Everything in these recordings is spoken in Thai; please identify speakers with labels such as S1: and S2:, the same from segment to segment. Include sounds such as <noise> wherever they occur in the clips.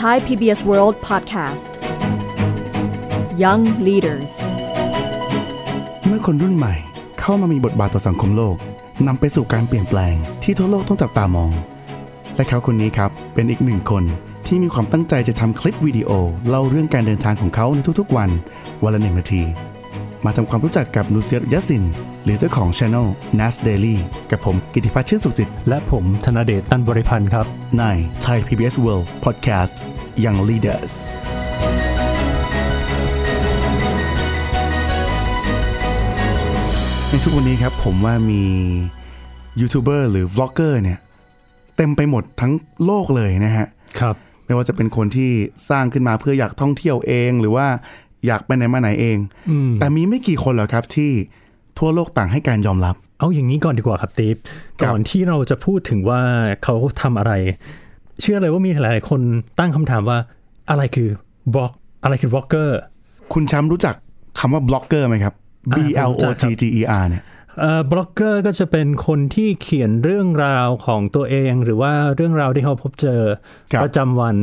S1: Thai PBS World Podcast Young Leaders
S2: เมื่อคนรุ่นใหม่เข้ามามีบทบาทต่อสังคมโลกนำไปสู่การเปลี่ยนแปลงที่ทั่วโลกต้องจับตามอง และเขาคนนี้ครับ เป็นอีกหนึ่งคนที่มีความตั้งใจจะทำคลิปวิดีโอ เล่าเรื่องการเดินทางของเขาในทุกๆวัน วันละหนึ่งนาที มาทำความรู้จักกับนูเซียตยัสสิน หรือเจ้าของช anel Nas Daily กับผมกิติพัฒน์ชื่นสุขจิต
S3: และผมธนเดชตันบริพันธ์ครับ
S2: ใน Thai PBS World Podcast Young Leaders ในทุกวันนี้ครับผมว่ามียูทูบเบอร์หรือวล็อกเกอร์เนี่ย เต็มไปหมดทั้งโลกเลยนะฮะ
S3: ครับ
S2: ไม่ว่าจะเป็นคนที่สร้างขึ้นมาเพื่ออยากท่องเที่ยวเองหรือว่าอยากไปไหนมาไหนเอง แต่มีไม่กี่คนหรอกครับที่ทั่วโลกต่างให้การยอมรับ
S3: เอาอย่างนี้ก่อนดีกว่าครับติ๊บ
S2: ครับ
S3: ก่อนที่เราจะพูดถึงว่าเขาทำอะไร เชื่อเลยว่ามีหลายๆคนตั้งคำถามว่าอะไรคือบล็อก อะไรคือบล็อกเกอร์
S2: คุณแช้ำรู้จักคำว่าบล็อกเกอร์ไหมครับ B
S3: อ่าผ
S2: L
S3: ม
S2: O
S3: รู้จัก
S2: G G E R เนี่ย
S3: เอ่อบล็อกเกอร์ก็จะเป็นคนที่เขียนเรื่องราวของตัวเอง หรือว่าเรื่องราวที่เขาพบเจอ
S2: ครับ
S3: ประจำวัน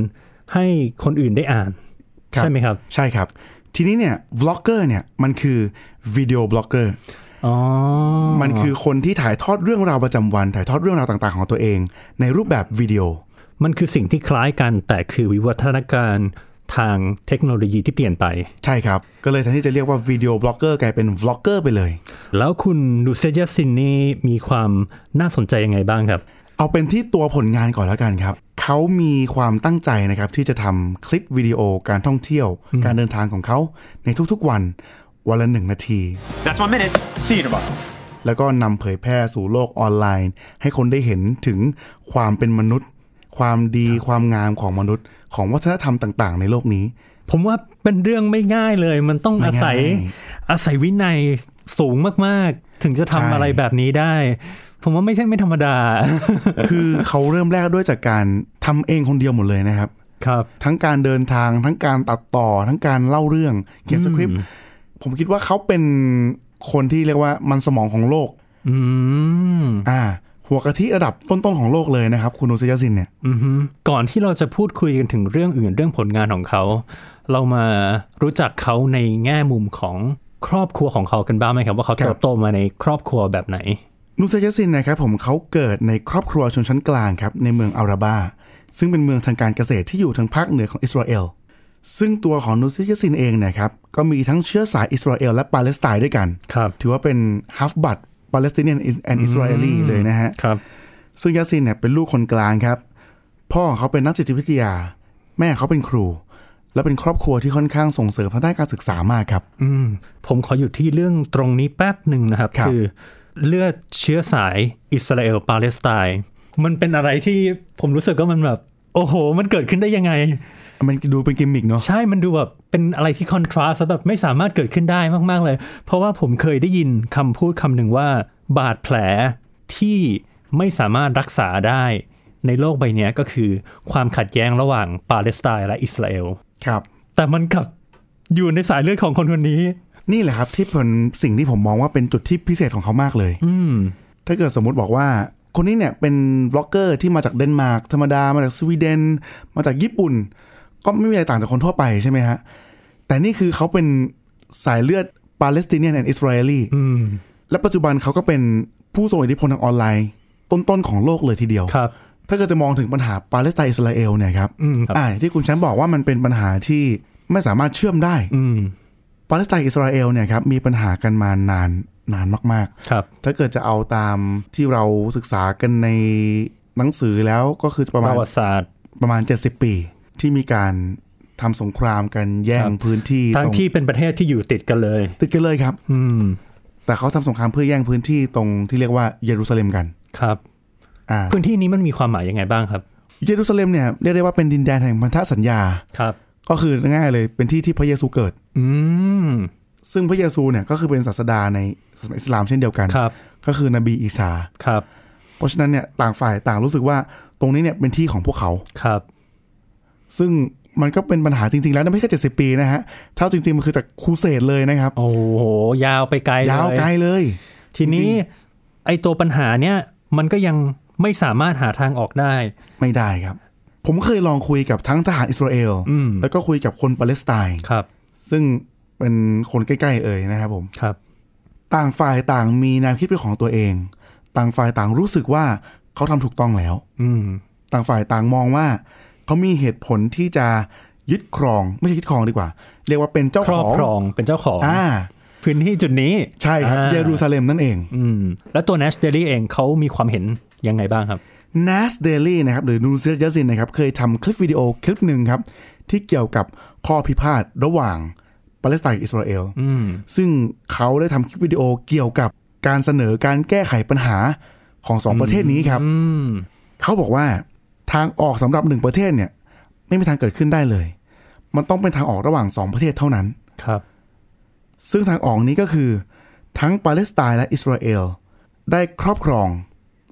S3: ให้คนอื่นได้อ่าน
S2: ครับ
S3: ใช่ไหมครับ
S2: ใช่ครับ ทีนี้เนี่ยบล็อกเกอร์เนี่ยมันคือวิดีโอบล็อกเกอร์
S3: อ๋อ
S2: มันคือคนที่ถ่ายทอดเรื่องราวประจำวัน ถ่ายทอดเรื่องราวต่างๆ ของตัวเอง ในรูปแบบวิดีโอ
S3: มันคือสิ่งที่คล้ายกันแต่คือวิวัฒนาการทางเทคโนโลยีที่เปลี่ยนไป
S2: ใช่ครับ ก็เลยแทนที่จะเรียกว่าวิดีโอบล็อกเกอร์กลายเป็นบล็อกเกอร์ไปเลย
S3: แล้วคุณดูเซยาซินนี่มีความน่าสนใจยังไงบ้างครับ
S2: เอาเป็นที่ตัวผลงานก่อนแล้วกันครับ เขามีความตั้งใจนะครับที่จะทำคลิปวิดีโอการท่องเที่ยว การเดินทางของเขาในทุกๆวัน วันละหนึ่งนาที
S4: That's one minute. See you in a tomorrow.
S2: แล้วก็นำเผยแพร่สู่โลกออนไลน์ ให้คนได้เห็นถึงความเป็นมนุษย์ ความดีความงามของมนุษย์ ของวัฒนธรรมต่างๆ ในโลกนี้
S3: ผมว่าเป็นเรื่องไม่ง่ายเลย มันต้อง
S2: ไม่
S3: อา
S2: ง่าย
S3: ศัยอาศัยวินัยสูงมากๆ ถึงจะ
S2: ใช่
S3: ทำอะไรแบบนี้ได้ ผมว่าไม่ใช่ไม่ธรรมดา
S2: คือเขาเริ่มแรกด้วยจากการทำเองคนเดียวหมดเลยนะครับ
S3: <laughs> ครับ
S2: ทั้งการเดินทางทั้งการตัดต่อ ทั้งการเล่าเรื่องเขียนสคริปต์ผมคิดว่าเขาเป็นคนที่เรียกว่ามันสมองของโลก
S3: อืม
S2: อ่า หัวกะทิระดับต้นๆของโลกเลยนะครับ คุณอุสยาซินเนี่ย
S3: อือหือก่อนที่เราจะพูดคุยกันถึงเรื่องอื่นเรื่องผลงานของเขา เรามารู้จักเขาในแง่มุมของครอบครัวของเขากันบ้างไหมครับ ว่าเขา
S2: ครับ
S3: เติบโตมาในครอบครัวแบบไหน
S2: นุสยาซินนะครับผมเขาเกิดในครอบครัวชนชั้นกลางครับ ในเมืองอาราบา ซึ่งเป็นเมืองทางการเกษตรที่อยู่ทางภาคเหนือของอิสราเอล ซึ่งตัวของนุสยาซินเองเนะครับ ก็มีทั้งเชื้อสายอิสราเอลและปาเลสไตน์ด้วยกัน
S3: ครับ
S2: ถือว่าเป็นฮัฟบัตปาเลสไตเนียนแอนด์อิสราเอลีเลยนะฮะ
S3: ครับ
S2: ซึ่งยาซินเนี่ยเป็นลูกคนกลางครับ พ่อของเขาเป็นนักจิตวิทยา แม่เขาเป็นครู และเป็นครอบครัวที่ค่อนข้างส่งเสริมทางด้านการศึกษามากครับ
S3: อืมผมขออยู่ที่เรื่องตรงนี้แป๊บหนึ่งนะครับ
S2: ครับ
S3: คือ เลือดเชื้อสายอิสราเอลปาเลสไตน์มันเป็นอะไรที่ผมรู้สึกว่ามันแบบ โอ้โห มันเกิดขึ้นได้ยังไง
S2: มันดูเป็นกิมมิกเนาะ
S3: ใช่มันดูแบบเป็นอะไรที่คอนทราสต์แบบไม่สามารถเกิดขึ้นได้มาก ๆ เลย เพราะว่าผมเคยได้ยินคำพูดคำหนึ่งว่า บาดแผลที่ไม่สามารถรักษาได้ ในโลกใบเนี้ยก็คือความขัดแย้งระหว่างปาเลสไตน์และอิสราเอล
S2: ครับ
S3: แต่มันกลับอยู่ในสายเลือดของคนคนนี้
S2: นี่แหละครับที่เป็นสิ่งที่ผมมองว่าเป็นจุดที่พิเศษของเขามากเลย
S3: อืม
S2: ถ้าเกิดสมมติบอกว่า คนนี้เนี่ยเป็นบล็อกเกอร์ที่มาจากเดนมาร์กธรรมดามาจากสวีเดน มาจากญี่ปุ่น ก็ไม่มีอะไรต่างจากคนทั่วไปใช่ไหมฮะ แต่นี่คือเขาเป็นสายเลือดปาเลสไตเนียนแอนด์อิสราเอลี
S3: อืม
S2: และปัจจุบันเขาก็เป็นผู้ทรงอิทธิพลทางออนไลน์ ต้นๆของโลกเลยทีเดียว
S3: ครับ
S2: ถ้าเกิดจะมองถึงปัญหาปาเลสไตน์อิสราเอลเนี่ยครับ
S3: อืมครับ
S2: อ่าที่คุณแชมป์บอกว่ามันเป็นปัญหาที่ไม่สามารถเชื่อมได้
S3: อืม
S2: ปาเลสไตน์อิสราเอลเนี่ยครับมีปัญหากันมานานนานมาก
S3: ครับ
S2: ๆ ถ้าเกิดจะเอาตามที่เราศึกษากันในหนังสือแล้วก็คือประ
S3: ป
S2: มาณ
S3: ระวัติศาสตร์
S2: ประมาณ 70 ปี ที่มีการทำสงครามกันแย่ง
S3: ครับ
S2: พื้นที่
S3: ทั้
S2: ต
S3: ง
S2: รง
S3: ที่เป็นประเทศที่อยู่ติดกันเลย
S2: ติดกันเลยครับ
S3: อืม
S2: แต่เขาทำสงครามเพื่อแย่งพื้นที่ตรงที่เรียกว่าเยรูซาเล็มกัน
S3: ครับ
S2: อ่า
S3: พื้นที่นี้มันมีความหมายยังไงบ้างครับ
S2: เยรูซาเล็มเนี่ยเรียกได้ว่าเป็นดินแดนแห่งพันธสัญญา
S3: ครับ
S2: ก็คือง่ายๆเลยเป็นที่ที่พระเยซูเกิด
S3: อืม
S2: ซึ่งพระเยซูเนี่ยก็คือเป็นศาสดาในศาสนาอิสลามเช่นเดียวกัน
S3: ครับ
S2: ก็คือนบีอีสา
S3: ครับ
S2: เพราะฉะนั้นเนี่ยต่างฝ่ายต่างรู้สึกว่าตรงนี้เนี่ยเป็นที่ของพวกเขา
S3: ครับ
S2: ซึ่งมันก็เป็นปัญหาจริง ๆ แล้วนะไม่ใช่เจ็ดสิบปีนะฮะเท่าจริง ๆ มันคือจากครูเสดเลยนะครับ
S3: โอ้โห ยาวไปไกลเลย
S2: าวไกลเลย
S3: ที
S2: จริ
S3: นี้
S2: ง
S3: ไอตัวปัญหาเนี้ยมันก็ยังไม่สามารถหาทางออกได้
S2: ไม่ได้ครับ ผมเคยลองคุยกับทั้งทหารอิสราเอล
S3: อืม
S2: แล้วก็คุยกับคนปาเลสไตน์
S3: ครับ
S2: ซึ่งเป็นคนใกล้ๆเอ่ยนะครับผม
S3: ครับ
S2: ต่างฝ่ายต่างมีแนวคิดเป็นของตัวเอง ต่างฝ่ายต่างรู้สึกว่าเขาทำถูกต้องแล้ว
S3: อืม
S2: ต่างฝ่ายต่างมองว่า เขามีเหตุผลที่จะยึดครอง ไม่ใช่ยึดครองดีกว่า เรียกว่าเป็นเจ้า
S3: คร
S2: ข
S3: อบ
S2: อง
S3: ครองเป็นเจ้าของ
S2: อ่า
S3: พื้นที่จุดนี้
S2: ใช่ครับ
S3: อ่า
S2: เยรูซาเล็มนั่นเอง
S3: อืมแล้วตัว Nash Daily เองเขามีความเห็นยังไงบ้างครับ
S2: NAS Daily นะครับหรือนูเซียยาซินนะครับเคยทำคลิปวิดีโอคลิปหนึ่งครับ ที่เกี่ยวกับข้อพิพาทระหว่างปาเลสไตน์กับอิสราเอล
S3: อืม
S2: ซึ่งเขาได้ทำคลิปวิดีโอเกี่ยวกับการเสนอการแก้ไขปัญหาของสองประเทศนี้ครับ
S3: อืม
S2: เขาบอกว่าทางออกสำหรับหนึ่งประเทศเนี่ย ไม่มีทางเกิดขึ้นได้เลย มันต้องเป็นทางออกระหว่างสองประเทศเท่านั้น
S3: ครับ
S2: ซึ่งทางออกนี้ก็คือ ทั้งปาเลสไตน์และอิสราเอล ได้ครอบครอง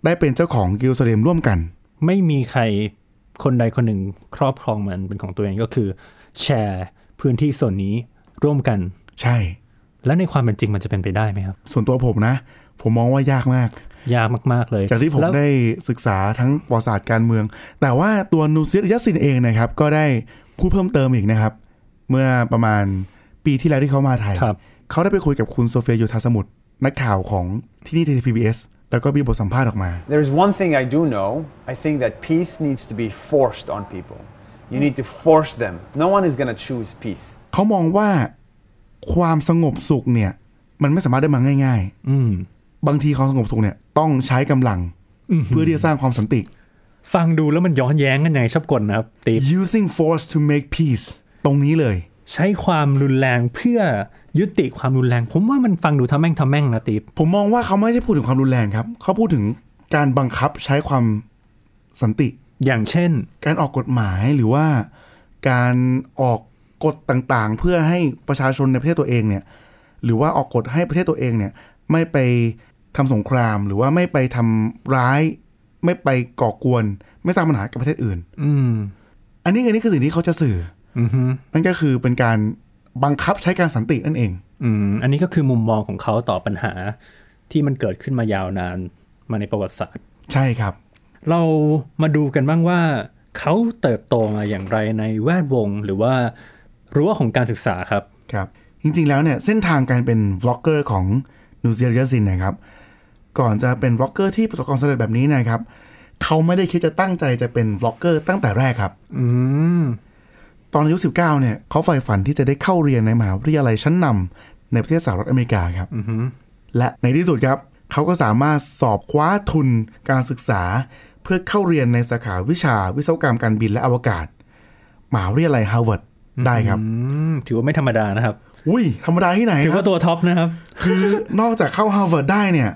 S2: ได้เป็นเจ้าของเยรูซาเล็มร่วมกัน
S3: ไม่มีใครคนใดคนหนึ่งครอบครองมันเป็นของตัวเองก็คือ แชร์พื้นที่ส่วนนี้ร่วมกัน
S2: ใช่
S3: และในความเป็นจริงมันจะเป็นไปได้ไหมครับ
S2: ส่วนตัวผมนะ ผมมองว่ายากมาก
S3: ยากมาก ๆ เลย
S2: จากที่ผม
S3: แล้ว
S2: ได้ศึกษาทั้งประวัติศาสตร์การเมือง แต่ว่าตัวนูซิรยัสซินเองนะครับ ก็ได้พูดเพิ่มเติมอีกนะครับ เมื่อประมาณปีที่แล้วที่เขามาไทย
S3: ครับ
S2: เขาได้ไปคุยกับคุณโซเฟียโยธาสมุทรนักข่าวของที่นี่ TPBS แล้วก็มีบทสัมภาษณ์ออกมา
S5: There's one thing I do know. I think that peace needs to be forced on people. You need to force them. No one is going to choose peace.
S2: เขามองว่าความสงบสุขเนี่ย มันไม่สามารถได้มาง่าย
S3: อืม
S2: ๆ บางทีความสงบสุขเนี่ยต้องใช้กำลัง เพื่อที่จะสร้างความสันติ
S3: ฟังดูแล้วมันย้อนแย้งกันยังไงชอบกลนะครับตีบ
S2: using force to make peace ตรงนี้เลย
S3: ใช้ความรุนแรงเพื่อยุติความรุนแรง ผมว่ามันฟังดูทำแม่งทำแม่งนะตีบ
S2: ผมมองว่าเขาไม่ได้พูดถึงความรุนแรงครับ เขาพูดถึงการบังคับใช้ความสันติ
S3: อย่างเช่น
S2: การออกกฎหมายหรือว่าการออกกฎต่างๆ เพื่อให้ประชาชนในประเทศตัวเองเนี่ย หรือว่าออกกฎให้ประเทศตัวเองเนี่ย ไม่ไปทำสงคราม หรือว่าไม่ไปทำร้าย ไม่ไปก่อกวน ไม่สร้างปัญหากับประเทศอื่น
S3: อืม
S2: อันนี้อันนี้คือสิ่งที่เขาจะสื่อ
S3: อือฮึ
S2: นั่นก็คือเป็นการบังคับใช้การสันตินั่นเอง
S3: อืม อันนี้ก็คือมุมมองของเขาต่อปัญหาที่มันเกิดขึ้นมายาวนานมาในประวัติศาสตร์
S2: ใช่ครับ
S3: เรามาดูกันบ้างว่า เขาเติบโตมาอย่างไรในแวดวงหรือว่ารั้วของการศึกษาครับ
S2: ครับ จริงๆ แล้วเนี่ย เส้นทางการเป็นบล็อกเกอร์ของนูเซียยาซินนะครับ ก่อนจะเป็นบล็อกเกอร์ที่ประสบความสำเร็จแบบนี้นะครับ เขาไม่ได้คิดจะตั้งใจจะเป็นบล็อกเกอร์ตั้งแต่แรกครับ
S3: อืม
S2: ตอนอายุ 19 เนี่ย เขาใฝ่ฝันที่จะได้เข้าเรียนในมหาวิทยาลัยชั้นนำในประเทศสหรัฐอเมริกาครับ และในที่สุดครับ เขาก็สามารถสอบคว้าทุนการศึกษา เพื่อเข้าเรียนในสาขาวิชาวิศวกรรมการบินและอวกาศมหาวิทยาลัยฮาร์วาร์ดได้ครับ
S3: อืม ถือว่าไม่ธรรมดานะครับ
S2: อุ้ยธรรมดาที่ไหน
S3: ถือ
S2: ครั
S3: ว่า
S2: บ
S3: ตัวท็อปนะครับ
S2: คือนอกจากเข้าฮาร์วาร์ดได้เนี่ย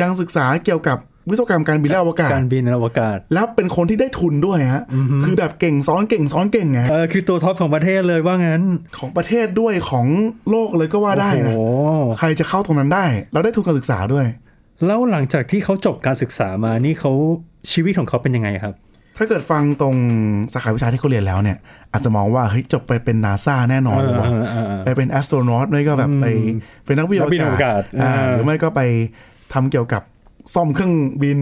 S2: ยังศึกษาเกี่ยวกับวิศวกรรมการบินและอวกาศ
S3: การบินอวกาศ
S2: แล้วเป็นคนที่ได้ทุนด้วยฮะคือแบบเก่งซ้อนเก่งซ้อนเก่งไง
S3: เออ คือตัวท็อปของประเทศเลยว่างั้น
S2: ของประเทศด้วยของโลกเลยก็ว่าได้นะ
S3: โอ้โห
S2: ใครจะเข้าตรงนั้นได้ แล้วได้ทุนการศึกษาด้วย
S3: แล้วหลังจากที่เขาจบการศึกษามานี่เขาชีวิตของเขาเป็นยังไงครับ
S2: ถ้าเกิดฟังตรงสาขาวิชาที่เขาเรียนแล้วเนี่ย อาจจะมองว่าเฮ้ยจบไปเป็นนาซาแน่นอนเลยว่ะ
S3: เออเออเออ
S2: ไปเป็นแอสโตรนอตไม่ก็แบบไปเป็นนักบินอ
S3: นักบินอ
S2: วกาก
S3: วา
S2: ศ
S3: ศ
S2: อ่า
S3: เออ
S2: หรือไม่ก็ไปทำเกี่ยวกับซ่อมเครื่องบิน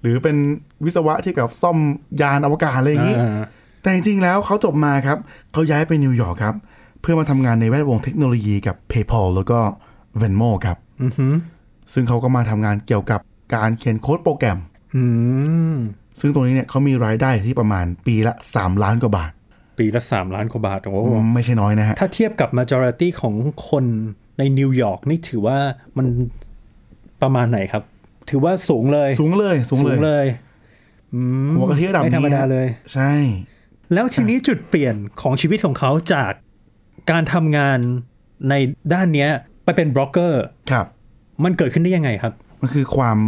S2: หรือเป็นวิศวะที่กับซ่อมยานอวกาศอะไรอย่างนี้
S3: อ่า
S2: แต่จริงๆแล้วเขาจบมาครับ เขาย้ายไปนิวยอร์กครับ เพื่อมาทำงานในแวดวงเทคโนโลยีกับ PayPal แล้วก็ Venmo ครับ
S3: อือหือ
S2: ซึ่งเขาก็มาทำงานเกี่ยวกับการเขียนโค้ดโปรแกรม
S3: อืม
S2: ซึ่งตรงนี้เนี่ยเขามีรายได้ที่ประมาณปีละ 3 ล้านกว่าบาท
S3: ปีละสามล้านกว่าบาท โอ้โห
S2: ไม่ใช่น้อยนะฮะ
S3: ถ้าเทียบกับ majority ของคนในนิวยอร์กนี่ถือว่ามันประมาณไหนครับ ถือว่าสูงเลย
S2: สูงเลยสูงเลย
S3: ยอืม
S2: หัวกะทิระดับนี้
S3: ไม่ธรรมดาเลย
S2: ใช่
S3: แล้วทีนี้จุดเปลี่ยนของชีวิตของเขาจากการทำงานในด้านเนี้ย ไปเป็นบล็อกเกอร์
S2: ครับ
S3: มันเกิดขึ้นได้ยังไงครับ
S2: มันคือความ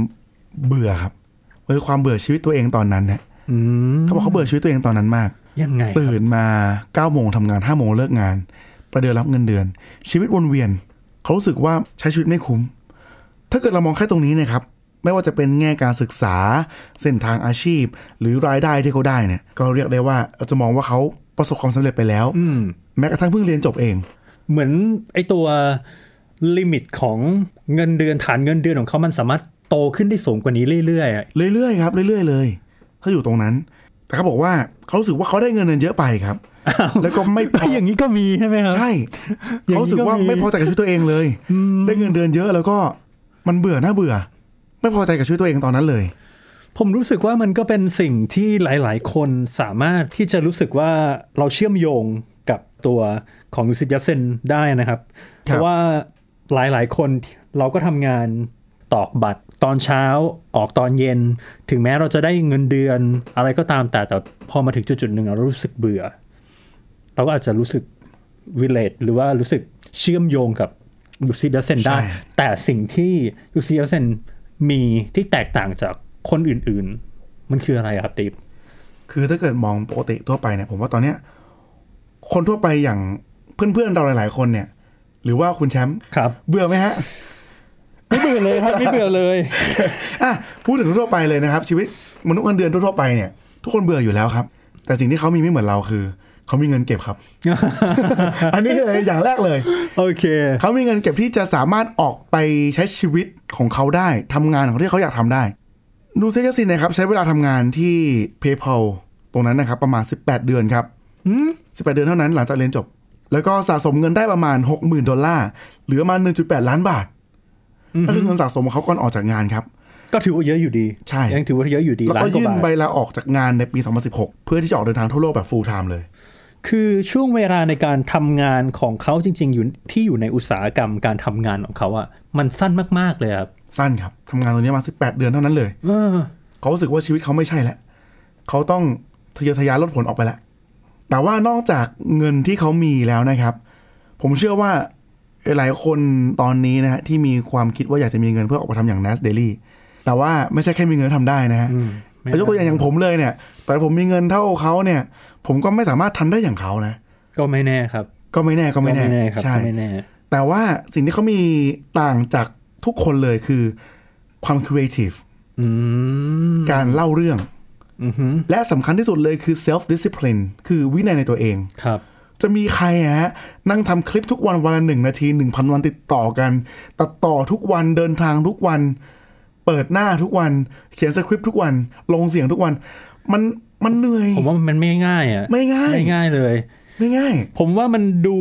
S2: เบื่อครับเออความเบื่อชีวิตตัวเองตอนนั้นเนี่ยเขาบอกเขาเบื่อชีวิตตัวเองตอนนั้นมาก
S3: ยังไงครับ
S2: ตื่นมา9ก้าโมงทำงาน5้าโมงเลิกงาน ประเดิมรับเงินเดือน ชีวิตวนเวียน เขารู้สึกว่าใช้ชีวิตไม่คุ้ม ถ้าเกิดเรามองแค่ตรงนี้เนะครับ ไม่ว่าจะเป็นแง่การศึกษา เส้นทางอาชีพ หรือรายได้ที่เขาได้เนี่ย ก็เรียกได้ว่าเราจะมองว่าเขาประสบความสำเร็จไปแล้วแม้กระทั่งเพิ่งเรียนจบเอง
S3: เหมือนไอตัวลิมิตของเงินเดือนฐานเงินเดือนของเขามันสามารถโตขึ้นได้สูงกว่านี้เรื่อยๆอะ
S2: เรื่อยๆครับเรื่อยๆเลย ถ้าอยู่ตรงนั้น แต่ แต่เขาบอกว่าเขารู้สึกว่าเขาได้เงินเดือนเยอะไปครับ แล้วก็ไม่ <laughs> พอ
S3: อย่างนี้ก็มีใช่ไหมครับ
S2: ใช่
S3: อย่างนี้ก็มี
S2: เขารู้สึกว่าไม่พอใจกับชีวิตตัวเองเลย ได้เงินเดือนเยอะแล้วก็มันเบื่อหน้าเบื่อ ไม่พอใจกับชีวิตตัวเองตอนนั้นเลย
S3: ผมรู้สึกว่ามันก็เป็นสิ่งที่หลาย ๆ คนสามารถที่จะรู้สึกว่าเราเชื่อมโยงกับตัวของยูซิตยัสเซนได้นะครับ เพราะว่าหลาย ๆ คนเราก็ทำงานตอกบัตรตอนเช้าออกตอนเย็น ถึงแม้เราจะได้เงินเดือนอะไรก็ตามแต่แต่พอมาถึงจุด ๆ หนึ่งเรารู้สึกเบื่อ เราก็อาจจะรู้สึกวิเลตหรือว่ารู้สึกเชื่อมโยงกับยูซิดัสเซนได้
S2: ใช่
S3: แต่สิ่งที่ยูซิดัสเซนมีที่แตกต่างจากคนอื่นๆ มันคืออะไรอะครับติ๊บ
S2: คือถ้าเกิดมองปกติทั่วไปเนี่ยผมว่าตอนเนี้ยคนทั่วไปอย่างเพื่อนๆเราหลาย ๆ คนเนี่ย หรือว่าคุณแชมป์
S3: ครับ
S2: เบื่อไหมฮะ
S3: ไม่เบื่อเลยครับ ไม่เบื่อเลย
S2: อ่ะพูดถึงทั่วๆไปเลยนะครับ ชีวิตมนุษย์เงินเดือนทั่วๆไปเนี่ย ทุกคนเบื่ออยู่แล้วครับ แต่สิ่งที่เขามีไม่เหมือนเราคือเขามีเงินเก็บ <laughs> ครับ อันนี้เลยอย่างแรกเลย
S3: โอเค
S2: เขามีเงินเก็บที่จะสามารถออกไปใช้ชีวิตของเขาได้ทำงานของที่เขาอยากทำได้ ดูเซจสินนะครับ ใช้เวลาทำงานที่ PayPal ตรงนั้นนะครับ ประมาณ 18 เดือนครับ18 เดือนเท่านั้นหลังจากเรียนจบ แล้วก็สะสมเงินได้ประมาณ 60,000 ดอลลาร์ หรือประมาณ 1.8 ล้านบาทนั่นคือเงินสะสมของเขาก่อนออกจากงานครับ
S3: ก็ถือว่าเยอะอยู่ดี
S2: ใช่
S3: ยังถือว่าเยอะอยู่ดี
S2: แล้ว
S3: ล้าน
S2: ก็
S3: กว่า
S2: ยื่น
S3: บาท
S2: ใบลาออกจากงานในปี 2016 เพื่อที่จะออกเดินทางทั่วโลกแบบ full time เลย
S3: คือช่วงเวลาในการทำงานของเขาจริง ๆ อยู่ที่อยู่ในอุตสาหกรรมการทำงานของเขาอะมันสั้นมากๆเลยครับ
S2: สั้นครับทำงานตรงนี้มา 18 เดือนเท่านั้นเลย
S3: เออ
S2: เขารู้สึกว่าชีวิตเขาไม่ใช่แล้ว เขาต้องทะเยอทะยานลดผลออกไปแล้ว แต่ว่านอกจากเงินที่เขามีแล้วนะครับ ผมเชื่อว่าหลายคนตอนนี้นะฮะที่มีความคิดว่าอยากจะมีเงินเพื่อออกไปทำอย่าง Nas Daily แต่ว่าไม่ใช่แค่มีเงินทำได้นะฮะ
S3: ไม่ได้
S2: แต่ยกตัวอย่างอย่างผมเลยเนี่ย แต่ผมมีเงินเท่าเขาเนี่ย ผมก็ไม่สามารถทำได้อย่างเขานะ
S3: ก็ไม่แน่ครับ
S2: ก็ไม่แน่ก็
S3: ก็
S2: ไม่แน่
S3: ไม่แน่ครับ
S2: ใช่
S3: ก็ไม่แน่
S2: แต่ว่าสิ่งที่เขามีต่างจากทุกคนเลยคือความครีเอทีฟ
S3: อืม
S2: การเล่าเรื่อง
S3: อือหือ
S2: และสำคัญที่สุดเลยคือ self discipline คือวินัยในตัวเอง
S3: ครับ
S2: จะมีใครอะฮะนั่งทำคลิปทุกวันวันละหนึ่งนาที 1,000 วันติดต่อกัน ตัดต่อทุกวันเดินทางทุกวัน เปิดหน้าทุกวัน เขียนสคริปต์ทุกวัน ลงเสียงทุกวัน มันมันเหนื่อย
S3: ผมว่ามันไม่ง่ายอ่ะ
S2: ไม่ง่าย
S3: ไม่ง่ายเลย
S2: ไม่ง่าย
S3: ผมว่ามันดู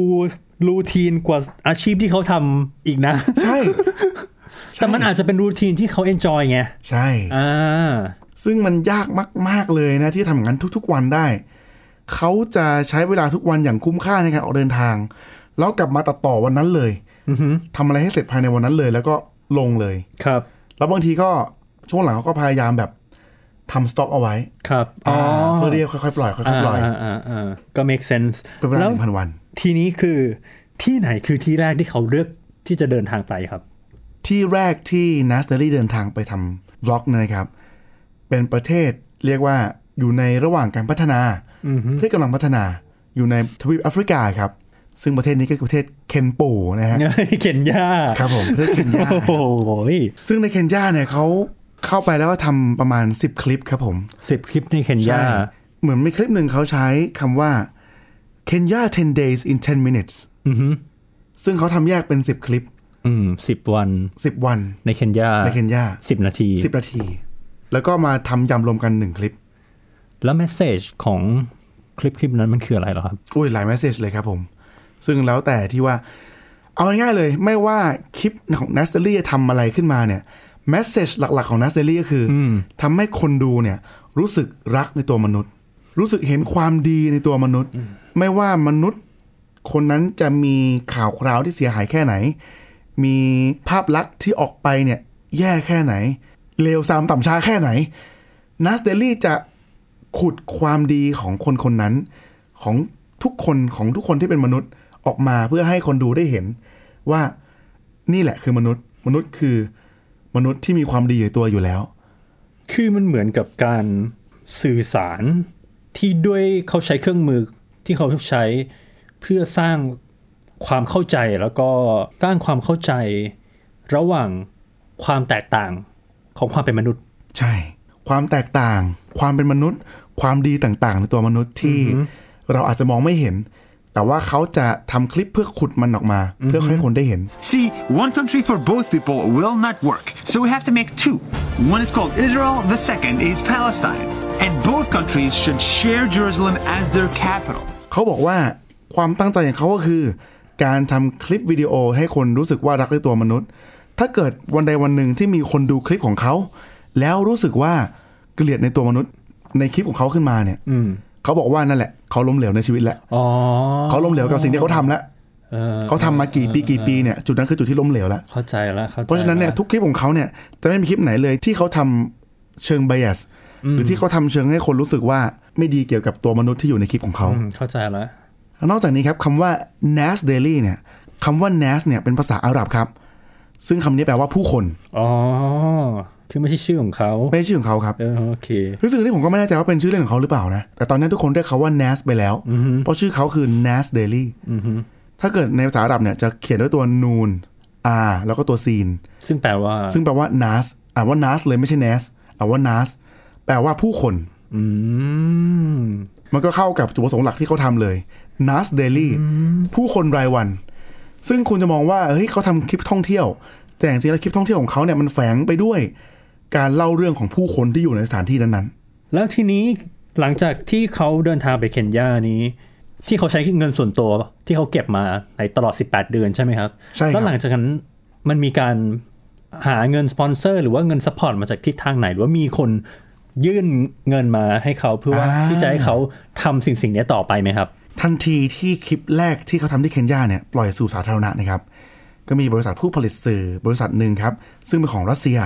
S3: รูทีนกว่าอาชีพที่เขาทำอีกนะ
S2: ใช่
S3: แต่มันอาจจะเป็นรูทีนที่เขาเอนจอยไง
S2: ใช่
S3: อ่า
S2: ซึ่งมันยากมาก ๆ เลยนะ ที่ทำอย่างนั้นทุก ๆ วันได้ เขาจะใช้เวลาทุกวันอย่างคุ้มค่าในการออกเดินทาง แล้วกลับมาตัดต่อวันนั้นเลยทำอะไรให้เสร็จภายในวันนั้นเลย แล้วก็ลงเลย
S3: ครับ
S2: แล้วบางทีก็ช่วงหลังเขาก็พยายามแบบทำสต็อกเอาไว้
S3: ครับอ๋อา
S2: เพื่อเรียกค่อยๆปล่อยค่อยๆปล่อย
S3: าาอ่าก็ make sense
S2: เป็นเวลา
S3: แล้ว
S2: หนึ่งพันวัน
S3: ทีนี้คือที่ไหนคือที่แรกที่เขาเลือกที่จะเดินทางไปครับ
S2: <laughs> ที่แรกที่นัสเตอรี่เดินทางไปทำ v ล็อกนะครับ เป็นประเทศเรียกว่าอยู่ในระหว่างการพัฒนาประเทศกำลังพัฒนาอยู่ในทวีปแอฟริกาครับ ซึ่งประเทศนี้ก็คือประเทศเคนปูนะฮะ
S3: เคนยา
S2: ครับผมประเทศเคนยา
S3: โอ้โห
S2: ซึ่งในเคนยาเนี่ยเขาเข้าไปแล้วก็ทำประมาณ 10 คลิปครับผม
S3: สิบคลิปในเคนยา
S2: ใช่ เหมือนมีคลิปหนึ่งเขาใช้คำว่า Kenya 10 days in 10 minutes ซึ่งเขาทำแยกเป็น 10 คลิป
S3: อืมสิบวัน
S2: 10 วัน
S3: ในเคนยา
S2: ในเคนยา
S3: สิบนาที
S2: 10 นาที แล้วก็มาทำยำรวมกัน 1 คลิป
S3: แล้วเมสเซจของคลิปคลิปนั้นมันคืออะไรเหรอครับ
S2: อุ้ยหลายเมสเซจเลยครับผม ซึ่งแล้วแต่ที่ว่า เอาง่ายๆเลย ไม่ว่าคลิปของนัสเตอรี่จะทำอะไรขึ้นมาเนี่ยเมสเซจหลักๆของนัสเตอรี่ก็คืออทำให้คนดูเนี่ย รู้สึกรักในตัวมนุษย์ รู้สึกเห็นความดีในตัวมนุษย์ ไม่ว่ามนุษย์ คนนั้นจะมีข่าวคราวที่เสียหายแค่ไหน มีภาพลักษณ์ที่ออกไปเนี่ย แย่แค่ไหน เลวซามต่ำช้าแค่ไหนนัสเดลี่จะขุดความดีของคนคนนั้น ของทุกคนของทุกคนที่เป็นมนุษย์ออกมาเพื่อให้คนดูได้เห็น ว่านี่แหละคือมนุษย์ มนุษย์คือมนุษย์ที่มีความดีอยู่ในตัวอยู่แล้ว
S3: คือมันเหมือนกับการสื่อสารที่ด้วยเขาใช้เครื่องมือที่เขาใช้เพื่อสร้างความเข้าใจแล้วก็สร้างความเข้าใจระหว่างความแตกต่างของความเป็นมนุษย์
S2: ใช่ ความแตกต่าง ความเป็นมนุษย์ ความดีต่างๆ ในตัวมนุษย์ที่เราอาจจะมองไม่เห็น แต่ว่าเขาจะทำคลิปเพื่อขุดมันออกมา เพื่อให้คนได้เห็น
S4: See, one country for both people will not work, so we have to make two. One is called Israel, the second is Palestine. And both countries should share Jerusalem as their capital.
S2: เขาบอกว่าความตั้งใจของเขาก็คือ การทำคลิปวิดีโอให้คนรู้สึกว่ารักในตัวมนุษย์ ถ้าเกิดวันใดวันหนึ่งที่มีคนดูคลิปของเขา แล้วรู้สึกว่าเกลียดในตัวมนุษย์ในคลิปของเขาขึ้นมาเนี่ยเขาบอกว่านั่นแหละ เขาล้มเหลวในชีวิตแล้ว
S3: อ๋อ
S2: เขาล้มเหลวกับสิ่งที่เขาทำแล้วเขาทำมากี่ปีกี่ปีเนี่ยจุดนั้นคือจุดที่ล้มเหลวแล้ว
S3: เข้าใจแล้วเข้าใจ
S2: เพราะฉะนั้นเนี่ย
S3: แล้ว
S2: ทุกคลิปของเขาเนี่ยจะไม่มีคลิปไหนเลยที่เขาทำเชิง bias หรือที่เขาทำเชิงให้คนรู้สึกว่าไม่ดีเกี่ยวกับตัวมนุษย์ที่อยู่ในคลิปของเขา
S3: อืมเข้าใจแล้ว
S2: นอกจากนี้ครับคำว่า nas daily เนี่ยคำว่า nas เนี่ยเป็นภาษาอาหรับครับ ซึ่งคำนี้แปลว่าผู้คน
S3: อ๋อ คือไม่ใช่ชื่อของเขา
S2: ไม่ใช่ชื่อของเขาครับ
S3: เออโอเค
S2: รู้สึกนี่ผมก็ไม่แน่ใจว่าเป็นชื่อเล่นของเขาหรือเปล่านะ แต่ตอนนี้ทุกคนเรียกเขาว่า nas ไปแล้ว เพราะชื่อเขาคือ nas daily ถ้าเกิดในภาษาอาหรับเนี่ยจะเขียนด้วยตัวนูน r แล้วก็ตัวซีน
S3: ซึ่งแปลว่า
S2: ซึ่งแปลว่า nas อ่านว่า nas เลยไม่ใช่ nas อ่านว่า nas แปลว่าผู้คน
S3: อืม
S2: มันก็เข้ากับจุดประสงค์หลักที่เขาทำเลย nas daily ผู้คนรายวัน ซึ่งคุณจะมองว่าเฮ้ยเขาทำคลิปท่องเที่ยว แต่จริงๆแล้วคลิปท่องเที่ยวของเขาเนี่ยมันแฝงไปด้วย การเล่าเรื่องของผู้คนที่อยู่ในสถานที่นั้น
S3: แล้วทีนี้หลังจากที่เขาเดินทางไปเคนยานี้ ที่เขาใช้เงินส่วนตัวที่เขาเก็บมาในตลอด 18 เดือนใช่ไหมครับ
S2: ๆ ใช่ค
S3: แล้วห
S2: รั
S3: ลัง
S2: บ
S3: จากนั้นมันมีการหาเงินสปอนเซอร์ หรือว่าเงินสปอร์ตมาจากทิศทางไหน หรือว่ามีคนยื่นเงินมาให้เขาเพื่อว่าที่จะให้เขาทำสิ่งสิ่งนี้ต่อไปไหมครับ
S2: ทันทีที่คลิปแรกที่เขาทำที่เคนยาเนี่ยปล่อยสู่สาธารณะนะครับ ก็มีบริษัทผู้ผลิตสื่อบริษัทหนึ่งครับ ซึ่งเป็นของรัสเซีย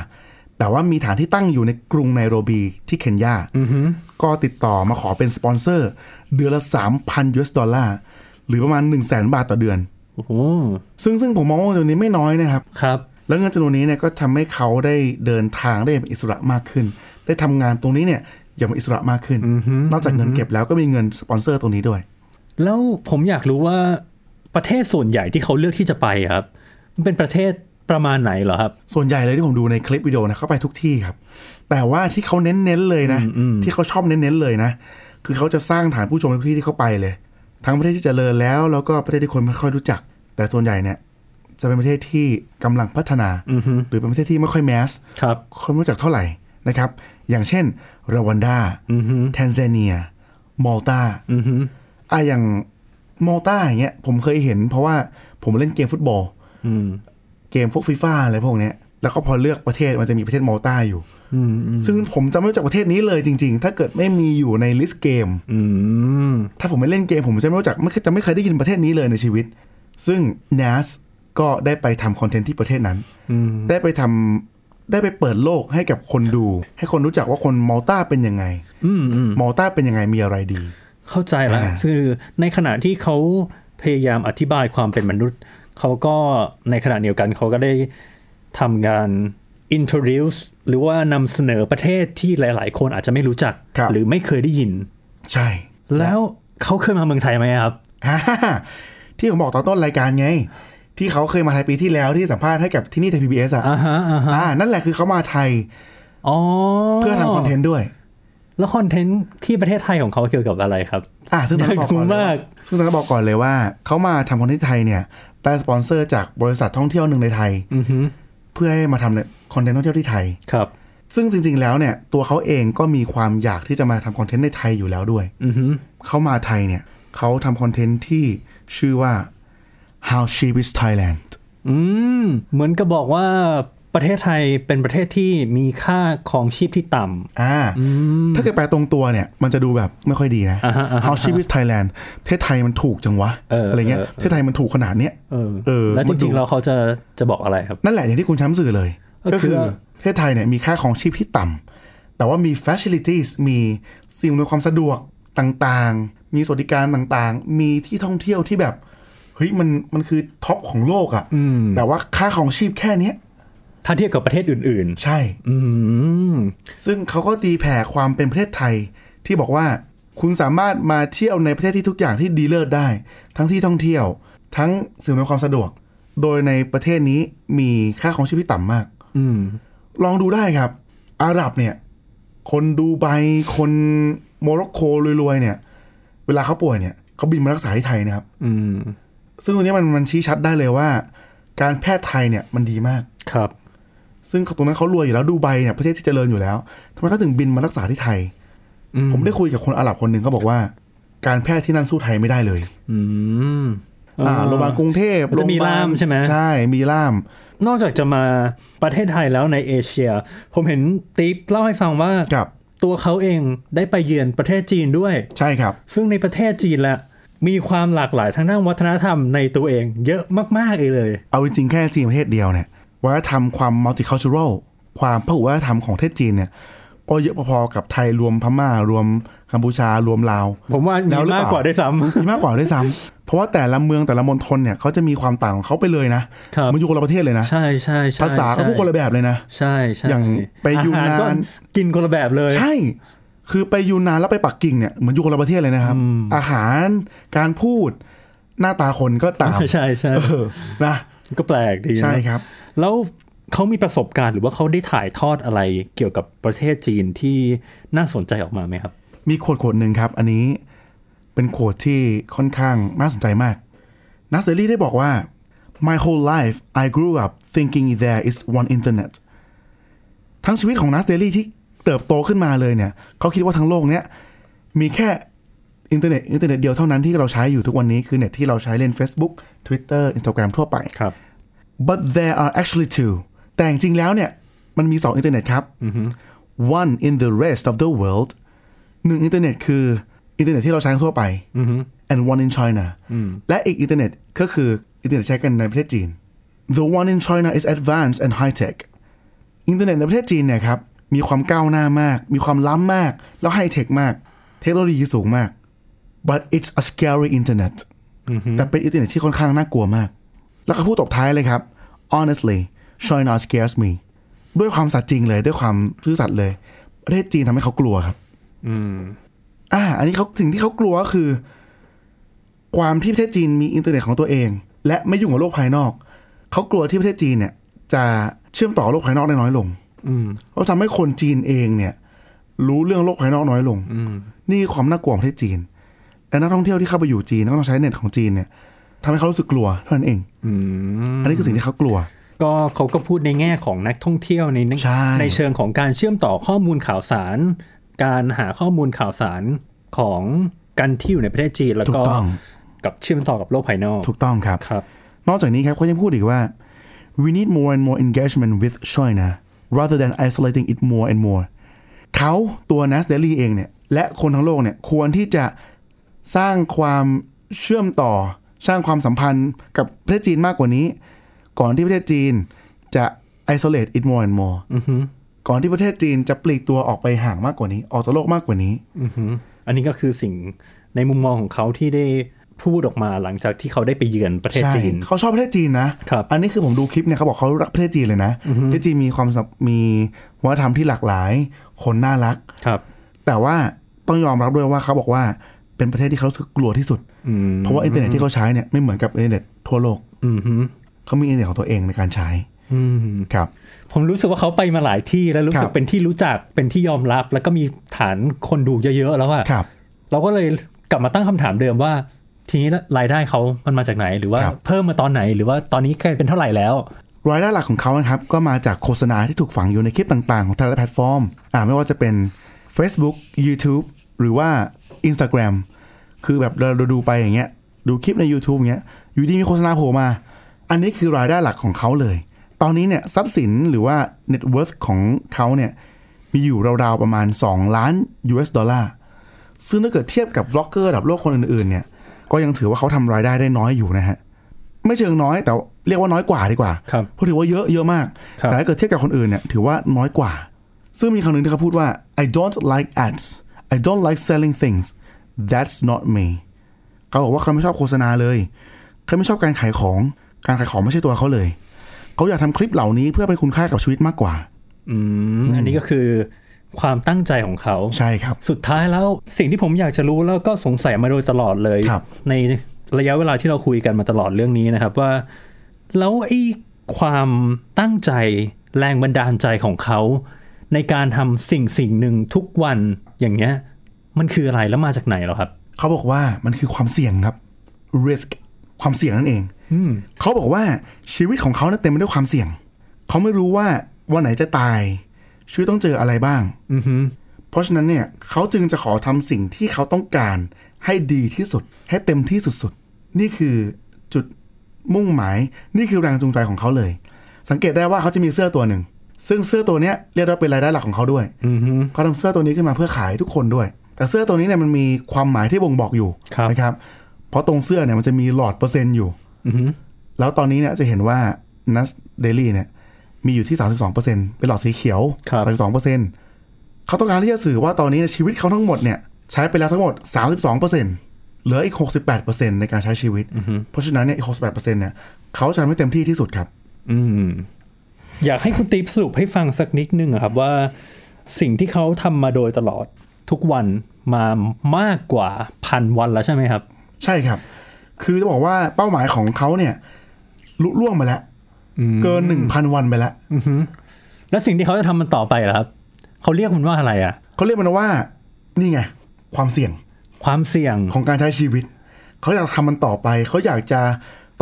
S2: แต่ว่ามีฐานที่ตั้งอยู่ในกรุงไนโรบีที่เคนยาก็ติดต่อมาขอเป็นสปอนเซอร์ เดือนละ 3,000 US ดอลลาร์หรือประมาณ 1 0 0 0 0แบาทต่อเดือน
S3: โอ้โห
S2: ซึ่งซึ่งผมมองว่าจำนวนนี้ไม่น้อยนะครับ
S3: ครับ
S2: แล้วเงินจำนวนนี้เนี่ยก็ทำให้เขาได้เดินทางได้อย่างอิสระมากขึ้น ได้ทำงานตรงนี้เนี่ยอย่างอิสระมากขึ้น นอกจากเงินเก็บแล้วก็มีเงินสปอนเซอร์ตรงนี้ด้วย
S3: แล้วผมอยากรู้ว่าประเทศส่วนใหญ่ที่เขาเลือกที่จะไปครับ มันเป็นประเทศประมาณไหนเหรอครับ
S2: ส่วนใหญ่เลยที่ผมดูในคลิปวิดีโอนะเขาไปทุกที่ครับ แต่ว่าที่เขาเน้นๆเลยนะ ที่เขาชอบเน้นๆเลยนะ คือเขาจะสร้างฐานผู้ชมในทุกที่ที่เขาไปเลย ทั้งประเทศที่เจริญแล้วแล้วก็ประเทศที่คนไม่ค่อยรู้จัก แต่ส่วนใหญ่เนี่ยจะเป็นประเทศที่กำลังพัฒนา หรือเป็นประเทศที่ไม่ค่อยแมส
S3: ครับ
S2: คนไม่รู้จักเท่าไหร่นะครับ อย่างเช่นรวันดาแทนซาเนีย มอลตาอ่ะอย่างมอลตาอย่างเงี้ยผมเคยเห็นเพราะว่าผมเล่นเกมฟุตบอลเกมพวกฟีฟ่าอะไรพวกเนี้ย แล้วก็พอเลือกประเทศมันจะมีประเทศมอลตาอยู่ ซึ่งผมจะไม่รู้จักประเทศนี้เลยจริง ๆ ถ้าเกิดไม่มีอยู่ในลิสต์เกม
S3: อืม
S2: ถ้าผมไม่เล่นเกมผมจะไม่รู้จักไม่เคยจะไม่เคยได้ยินประเทศนี้เลยในชีวิต ซึ่ง NAS ก็ได้ไปทำคอนเทนต์ที่ประเทศนั้น ได้ไปทำได้ไปเปิดโลกให้กับคนดู ให้คนรู้จักว่าคนมอลตาเป็นยังไงมอลตาเป็นยังไงมีอะไรดี
S3: เข้าใจแล้ว
S2: อ่า
S3: คือในขณะที่เขาพยายามอธิบายความเป็นมนุษย์ เขาก็ในขณะเดียวกันเขาก็ได้ทำงาน introduce หรือว่านำเสนอประเทศที่หลาย ๆ คนอาจจะไม่รู้จัก
S2: ครับ
S3: หรือไม่เคยได้ยิน
S2: ใช่ <laughs>
S3: แล้วเขาเคยมาเมืองไทยไหมครับ
S2: ฮ่าฮ่าฮ่าที่ผมบอกตอนต้นรายการไง ที่เขาเคยมาไทยปีที่แล้วที่สัมภาษณ์ให้กับที่นี่ไทยพีบีเอสอ่ะอ่านั่นแหละคือเขามาไทย
S3: อ๋อ
S2: เพื่อทำคอนเทนต์ด้วย
S3: แล้วคอนเทนต์ที่ประเทศไทยของเขาเกี่ยวกับอะไรครับ
S2: อ่ะซึ่งตอนนั้นบอกก่อนเลย
S3: น่ากลัวมา
S2: ว่าก ซึ่งตอนนั้นบอกก่อนเลยว่า เขามาทำคอนเทนต์ไทยเนี่ยได้สปอนเซอร์จากบริษัทท่องเที่ยวหนึ่งในไทยเพื่อให้มาทำในคอนเทนต์ท่องเที่ยวที่ไทย
S3: ครับ
S2: ซึ่งจริง ๆ แล้วเนี่ยตัวเขาเองก็มีความอยากที่จะมาทำคอนเทนต์ในไทยอยู่แล้วด้วยเขามาไทยเนี่ยเขาทำคอนเทนต์ที่ชื่อว่า how cheap is Thailand
S3: อืม เหมือนกับบอกว่าประเทศไทยเป็นประเทศที่มีค่าของชีพที่ต่ำ
S2: อ่าถ้าเกิดแปลตรงตัวเนี่ย มันจะดูแบบไม่ค่อยดีนะ how cheap is Thailand ประเทศไทยมันถูกจังวะ
S3: เอออ
S2: อะไรเงี้ยประเทศไทยมันถูกขนาดเนี้ย
S3: เออ
S2: เออ
S3: แล้วจ
S2: มันดู
S3: ริงๆเราเขาจะจะบอกอะไรครับ
S2: นั่นแหละอย่างที่คุณช้ำสื่อเลย
S3: ก็
S2: ก็
S3: คื
S2: คือ อประเทศไทยเนี่ยมีค่าของชีพที่ต่ำแต่ว่ามี facilities มีสิ่งอำนวยความสะดวกต่างๆ มีสวัสดิการต่างๆ มีที่ท่องเที่ยวที่แบบเฮ้ยมันมันคือท็อปของโลกอะ่ะแต่ว่าค่าของชีพแค่เนี้ย
S3: ถ้าเทียบกับประเทศอื่น
S2: ใช่
S3: ๆ อืม
S2: ซึ่งเขาก็ตีแผ่ความเป็นประเทศไทย ที่บอกว่าคุณสามารถมาเที่ยวในประเทศที่ทุกอย่างที่ดีเลิศได้ ทั้งที่ท่องเที่ยว ทั้งสิ่งอำนวยความสะดวก โดยในประเทศนี้มีค่าของชีพที่ต่ำมาก
S3: อืม
S2: ลองดูได้ครับ อาหรับเนี่ย คนดูไบคนโมร็อกโกรวยๆเนี่ย เวลาเขาป่วยเนี่ย เขาบินมารักษาที่ไทยนะครับซึ่งตรงเนี้ยมันมันชี้ชัดได้เลยว่า การแพทย์ไทยเนี่ยมันดีมาก
S3: ครับ
S2: ซึ่งตรงนั้นเขารวยอยู่แล้วดูไบเนี่ยประเทศที่เจริญอยู่แล้วทำไมเขาถึงบินมารักษาที่ไทย ผมได้คุยกับคนอาหรับคนหนึ่งเขาบอกว่า การแพทย์ที่นั่นสู้ไทยไม่ได้เลย
S3: อืม
S2: อ่าโรงพยาบาลกรุงเทพ
S3: มันจะมี
S2: โงพยบ
S3: ล่ามใช่ไหม
S2: ใช่มีล่าม
S3: นอกจากจะมาประเทศไทยแล้วในเอเชีย ผมเห็นติ๊บเล่าให้ฟังว่า
S2: ครับ
S3: ตัวเขาเองได้ไปเยือนประเทศจีนด้วย
S2: ใช่ครับ
S3: ซึ่งในประเทศจีนละมีความหลากหลายทางด้านวัฒนธรรมในตัวเองเยอะมากๆเลย
S2: เอาจริงๆแค่จีนประเทศเดียวเนี่ยวัฒนธรรมความมัลติคัลเ u อรัลความพหุวัฒนธรรมของประเทศจีนเนี่ยก็เยอะพอๆกับไทยรวมพม่ารวมกัมพูชารวมลาว
S3: ผมว่า
S2: แล้ว
S3: มี
S2: หรือเปล่า
S3: มากกว่าด้วยซ้
S2: มีมากกว่าด้วยซ้ำเพราะว่าแต่ละเมืองแต่ละมณฑลเนี่ยเขาจะมีความต่างของเขาไปเลยนะครับมันอยู่คนละประเทศเลยนะ
S3: ำใช่ใช่ใช่
S2: ภาษาก็พูดคนละแบบเลยนะ
S3: ใช่ใช่
S2: อย่างไปยูนาน
S3: อหรก็กินคนละแบบเลย
S2: ใช่ คือไปยูนนานแล้วไปปักกิ่งเนี่ยเหมือนอยู่คนละประเทศเลยนะครับ อาหารการพูดหน้าตาคนก็ต่าง
S3: ใช่ใช่
S2: เออนะ
S3: ก็แปลกดีนะ
S2: ใช่ครับ
S3: แล้วเขามีประสบการณ์หรือว่าเขาได้ถ่ายทอดอะไรเกี่ยวกับประเทศจีนที่น่าสนใจออกมาไหมครับ
S2: มีโขวดขวดหนึ่งครับ อันนี้เป็นโขวดที่ค่อนข้างน่าสนใจมาก นัสเดลี่ได้บอกว่า my whole life I grew up thinking there is one internet ทั้งชีวิตของนัสเดลี่ที่เติบโตขึ้นมาเลยเนี่ย เขาคิดว่าทั้งโลกเนี้ยมีแค่อินเทอร์เน็ตอินเทอร์เน็ตเดียวเท่านั้นที่เราใช้อยู่ทุกวันนี้คือเน็ตที่เราใช้เล่น Facebook Twitter Instagram ทั่วไป
S3: ครับ
S2: but there are actually two แต่จริงๆแล้วเนี่ย มันมีสองอินเทอร์เน็ตครับ one in the rest of the world หนึ่งอินเทอร์เน็ตคืออินเทอร์เน็ตที่เราใช้ทั่วไป and one in China และอีกอินเทอร์เน็ตก็คืออินเทอร์เน็ตใช้กันในประเทศจีน the one in China is advanced and high tech อินเทอร์เน็ตในประเทศจีนเนี่ยครับ มีความก้าวหน้ามาก มีความล้ำมาก แล้วไฮเทคมาก เทคโนโลยีสูงมาก but it's a scary internet แต่เป็นอินเทอร์เน็ตที่ค่อนข้างน่ากลัวมาก แล้วก็พูดตบท้ายเลยครับ honestly China scares me ด้วยความสัตย์จริงเลย ด้วยความซื่อสัตย์เลย ประเทศจีนทำให้เขากลัวครับ อ่า อันนี้เขาสิ่งที่เขากลัวก็คือ ความที่ประเทศจีนมีอินเทอร์เน็ตของตัวเอง และไม่ยุ่งกับโลกภายนอก เขากลัวที่ประเทศจีนเนี่ย จะเชื่อมต่อโลกภายนอกได้น้อยลงเขาทำให้คนจีนเองเนี่ย รู้เรื่องโลกภายนอกน้อยลงนี่คือความน่ากลัวของประเทศจีนและนักท่องเที่ยวที่เข้าไปอยู่จีนแล้วก็ต้องใช้เน็ตของจีนเนี่ยทำให้เขารู้สึกกลัวเท่านั้นเองอันนี้คือสิ่งที่เขากลัว
S3: ก็เขาก็พูดในแง่ของนักท่องเที่ยวในใน
S2: ใช่
S3: ในเชิงของการเชื่อมต่อข้อมูลข่าวสาร การหาข้อมูลข่าวสารของการที่อยู่ในประเทศจีนแล้ว
S2: ถู
S3: ก็
S2: กต้อง
S3: กับเชื่อมต่อกับโลกภายนอก
S2: ถูกต้องครับ
S3: ครับ
S2: นอกจากนี้ครับเขายังพูดอีกว่า we need more and more engagement with China rather than isolating it more and more เขาตัว n a s d a l y เองเนี่ยและคนทั้งโลกเนี่ยควรที่จะสร้างความเชื่อมต่อ สร้างความสัมพันธ์กับประเทศจีนมากกว่านี้ ก่อนที่ประเทศจีนจะ isolate it more and more ก่อนที่ประเทศจีนจะปลีกตัวออกไปห่างมากกว่านี้ ออกจากโลกมากกว่านี้
S3: อันนี้ก็คือสิ่งในมุมมองของเขาที่ได้พูดออกมาหลังจากที่เขาได้ไปเยือนประเทศ
S2: ใช่
S3: จีน
S2: เขาชอบประเทศจีนนะครับ อันนี้คือผมดูคลิปเนี่ยเขาบอกเขารักประเทศจีนเลยนะประเทศจีนมีความสับมีวัฒนธรรมที่หลากหลาย คนน่ารัก
S3: ครับ
S2: แต่ว่าต้องยอมรับด้วยว่าเขาบอกว่าเป็นประเทศที่เขารู้สึกกลัวที่สุด เพราะว่าอินเทอร์เน็ตที่เขาใช้เนี่ยไม่เหมือนกับอินเทอร์เน็ตทั่วโลกเขามีอินเทอร์เน็ตของตัวเองในการใช้ครับ
S3: ผมรู้สึกว่าเขาไปมาหลายที่แล้วรู้
S2: ค
S3: สึก
S2: รับ
S3: เป็นที่รู้จักเป็นที่ยอมรับ แล้วก็มีฐานคนดูเยอะๆแล้วอะ
S2: ครับ
S3: เราก็เลยกลับมาตั้งคำถามเดิมว่า ทีนี้รายได้เขามันมาจากไหน หรือว่า
S2: ครับ
S3: เพิ่มมาตอนไหน หรือว่าตอนนี้กลายเป็นเท่าไหร่แล้ว
S2: รายได้หลักของเขานะครับ ก็มาจากโฆษณาที่ถูกฝังอยู่ในคลิปต่างๆ ของแต่ละแพลตฟอร์ม อ่าไม่ว่าจะเป็น Facebook YouTube หรือว่า Instagram คือแบบเราดูไปอย่างเงี้ย ดูคลิปใน YouTube อย่างเงี้ย อยู่ดีมีโฆษณาโผล่มา อันนี้คือรายได้หลักของเขาเลย ตอนนี้เนี่ยทรัพย์สินหรือว่า Net Worth ของเขาเนี่ย มีอยู่ราวๆประมาณ 2 ล้าน US ดอลลาร์ ซึ่งถ้าเกิดเทียบกับบล็อกเกอร์ระดับโลกคนอื่นๆเนี่ย ก็ยังถือว่าเขาทำรายได้ได้น้อยอยู่นะฮะ ไม่เชิงน้อยแต่เรียกว่าน้อยกว่าดีกว่า
S3: ครับ
S2: เพราะถือว่าเยอะเยอะมาก
S3: ครับ
S2: แต่ถ้าเกิดเทียบกับคนอื่นเนี่ยถือว่าน้อยกว่า ซึ่งมีคำหนึ่งที่เขาพูดว่า I don't like ads I don't like selling things that's not me เขาบอกว่าเขาไม่ชอบโฆษณาเลย เขาไม่ชอบการขายของ การขายของไม่ใช่ตัวเขาเลย เขาอยากทำคลิปเหล่านี้เพื่อเป็นคุณค่ากับชีวิตมากกว่า
S3: อืมอันนี้ก็คือความตั้งใจของเขา
S2: ใช่ครับ
S3: สุดท้ายแล้วสิ่งที่ผมอยากจะรู้แล้วก็สงสัยมาโดยตลอดเลย
S2: ครับ
S3: ในระยะเวลาที่เราคุยกันมาตลอดเรื่องนี้นะครับว่า แล้วไอ้ความตั้งใจแรงบันดาลใจของเขา ในการทำสิ่งสิ่งหนึ่งทุกวันอย่างเงี้ย มันคืออะไรแล้วมาจากไหนเหรอครับ
S2: เขาบอกว่ามันคือความเสี่ยงครับ risk ความเสี่ยงนั่นเองเขาบอกว่าชีวิตของเขาเนี่ยเต็มไปด้วยความเสี่ยง เขาไม่รู้ว่าวันไหนจะตาย ชีวิตต้องเจออะไรบ้างเพราะฉะนั้นเนี่ยเขาจึงจะขอทำสิ่งที่เขาต้องการให้ดีที่สุด ให้เต็มที่สุดๆ นี่คือจุดมุ่งหมาย นี่คือแรงจูงใจของเขาเลย สังเกตได้ว่าเขาจะมีเสื้อตัวหนึ่ง ซึ่งเสื้อตัวเนี้ยเรียกว่าเป็นรายได้หลักของเขาด้วยเขาทำเสื้อตัวนี้ขึ้นมาเพื่อขายทุกคนด้วย แต่เสื้อตัวนี้เนี่ยมันมีความหมายที่บ่งบอกอยู่
S3: ครับ
S2: นะครับ เพราะตรงเสื้อเนี่ยมันจะมีหลอดเปอร์เซ็นต์อยู่ แล้วตอนนี้เนี่ยจะเห็นว่านัสเดลี่เนี่ยมีอยู่ที่ 32%เป็นหลอดสีเขียว
S3: ครับ
S2: 32%เขาต้องการที่จะสื่อว่าตอนนี้เนี่ยชีวิตเขาทั้งหมดเนี่ยใช้ไปแล้วทั้งหมด 32%เหลืออีก 68%ในการใช้ชีวิต เพราะฉะนั้นเนี่ยอีก 68%เนี่ยเขาจะทำให้เต็มที่ที่สุดครับ
S3: อยากให้คุณติ๊บสรุปให้ฟังสักนิดนึงอะครับว่าสิ่งที่เขาทำมาโดยตลอดทุกวันมามากกว่าพันวันแล้วใช่ไหมครับ
S2: ใช่ครับ คือจะบอกว่าเป้าหมายของเขาเนี่ยลุล่วงไปแล้ว เกินหนึ่งพันวันไปแล้ว
S3: แล้วสิ่งที่เขาจะทำมันต่อไปล่ะครับเขาเรียกมันว่าอะไรอะ
S2: เขาเรียกมันว่า นี่ไง ความเสี่ยง
S3: ความเสี่ยง
S2: ของการใช้ชีวิต เขาอยากทำมันต่อไป เขาอยากจะ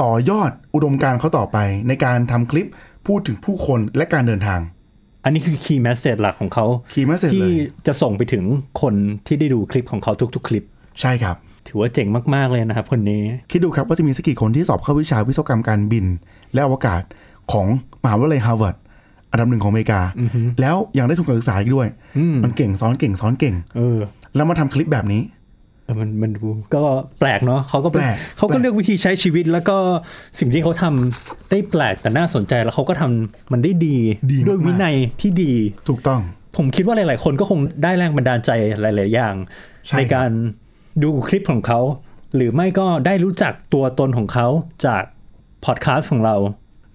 S2: ต่อยอดอุดมการณ์เขาต่อไป ในการทำคลิปพูดถึงผู้คนและการเดินทาง
S3: อันนี้คือ key message หลักของเขา
S2: Key message
S3: ที่
S2: เลย
S3: จะส่งไปถึงคนที่ได้ดูคลิปของเขาทุกๆ คลิป
S2: ใช่ครับ
S3: ถือว่าเจ๋งมากๆเลยนะครับคนนี้
S2: คิดดูครับว่าจะมีสักกี่คนที่สอบเข้าวิชาวิศวกรรมการบิน และอวกาศของมหาวิทยาลัยฮาร์วาร์ดอันดับหนึ่งของอเมริกา แล้วยังได้ทุนการศึกษาอีกด้วย มันเก่งซ้อนเก่งซ้อนเก่ง
S3: เออ
S2: แล้วมาทำคลิปแบบนี้
S3: เออมันมันดูก็แปลกเนาะเขาก็เป็น
S2: แปลก
S3: เขา
S2: แป
S3: ก็
S2: ลก
S3: เลือกวิธีใช้ชีวิตแล้วก็สิ่งที่เขาทำได้แปลกแต่น่าสนใจแล้วเขาก็ทำมันได้ดี
S2: ดีมากๆ
S3: ด้วยวินัยที่ดี
S2: ถูกต้อง
S3: ผมคิดว่าหลาย ๆ คนก็คงได้แรงบันดาลใจหลาย ๆ อย่าง
S2: ใช่
S3: ในการดูคลิปของเขา หรือไม่ก็ได้รู้จักตัวตนของเขาจากพอดแคสต์ของเรา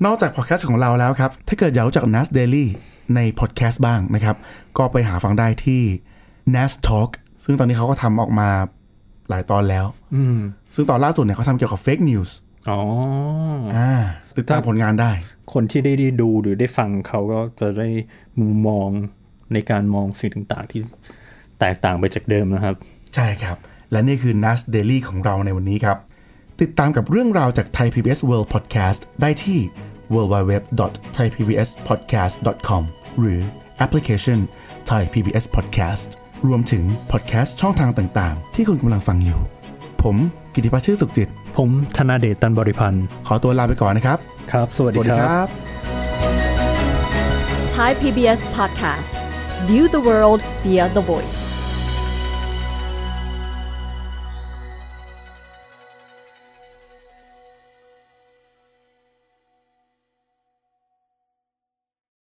S2: นอกจากพอดแคสต์ของเราแล้วครับ ถ้าเกิดอยากรู้จัก NAS Daily ในพอดแคสต์บ้างนะครับ ก็ไปหาฟังได้ที่ NAS Talk ซึ่งตอนนี้เขาก็ทำออกมาหลายตอนแล้ว ซึ่งตอนล่าสุดเนี่ยเขาทำเกี่ยวกับ Fake News
S3: อ๋อ
S2: อ่าติดตามผลงานได้
S3: คนที่ได้ดูหรือได้ฟังเขาก็จะได้มุมมองในการมองสิ่งต่าง ๆ ที่แตกต่างไปจากเดิมนะครับ
S2: ใช่ครับ และนี่คือ NAS Daily ของเราในวันนี้ครับ ติดตามกับเรื่องราวจาก Thai PBS World Podcast ได้ที่ www.thaipbspodcast.com หรือแอปพลิเคชัน Thai PBS Podcast รวมถึง podcast ช่องทางต่างๆ ที่คุณกำลังฟังอยู่ ผมกิติพัชชื่อสุขจิต
S3: ผมธนาเดชตันบริพันธ์
S2: ขอตัวลาไปก่อนนะครับ
S3: ครับ สวัส
S2: ส
S3: ดี
S2: วัสดี
S3: ค
S2: ครับ รับ
S1: Thai PBS podcast. View the world via the voice.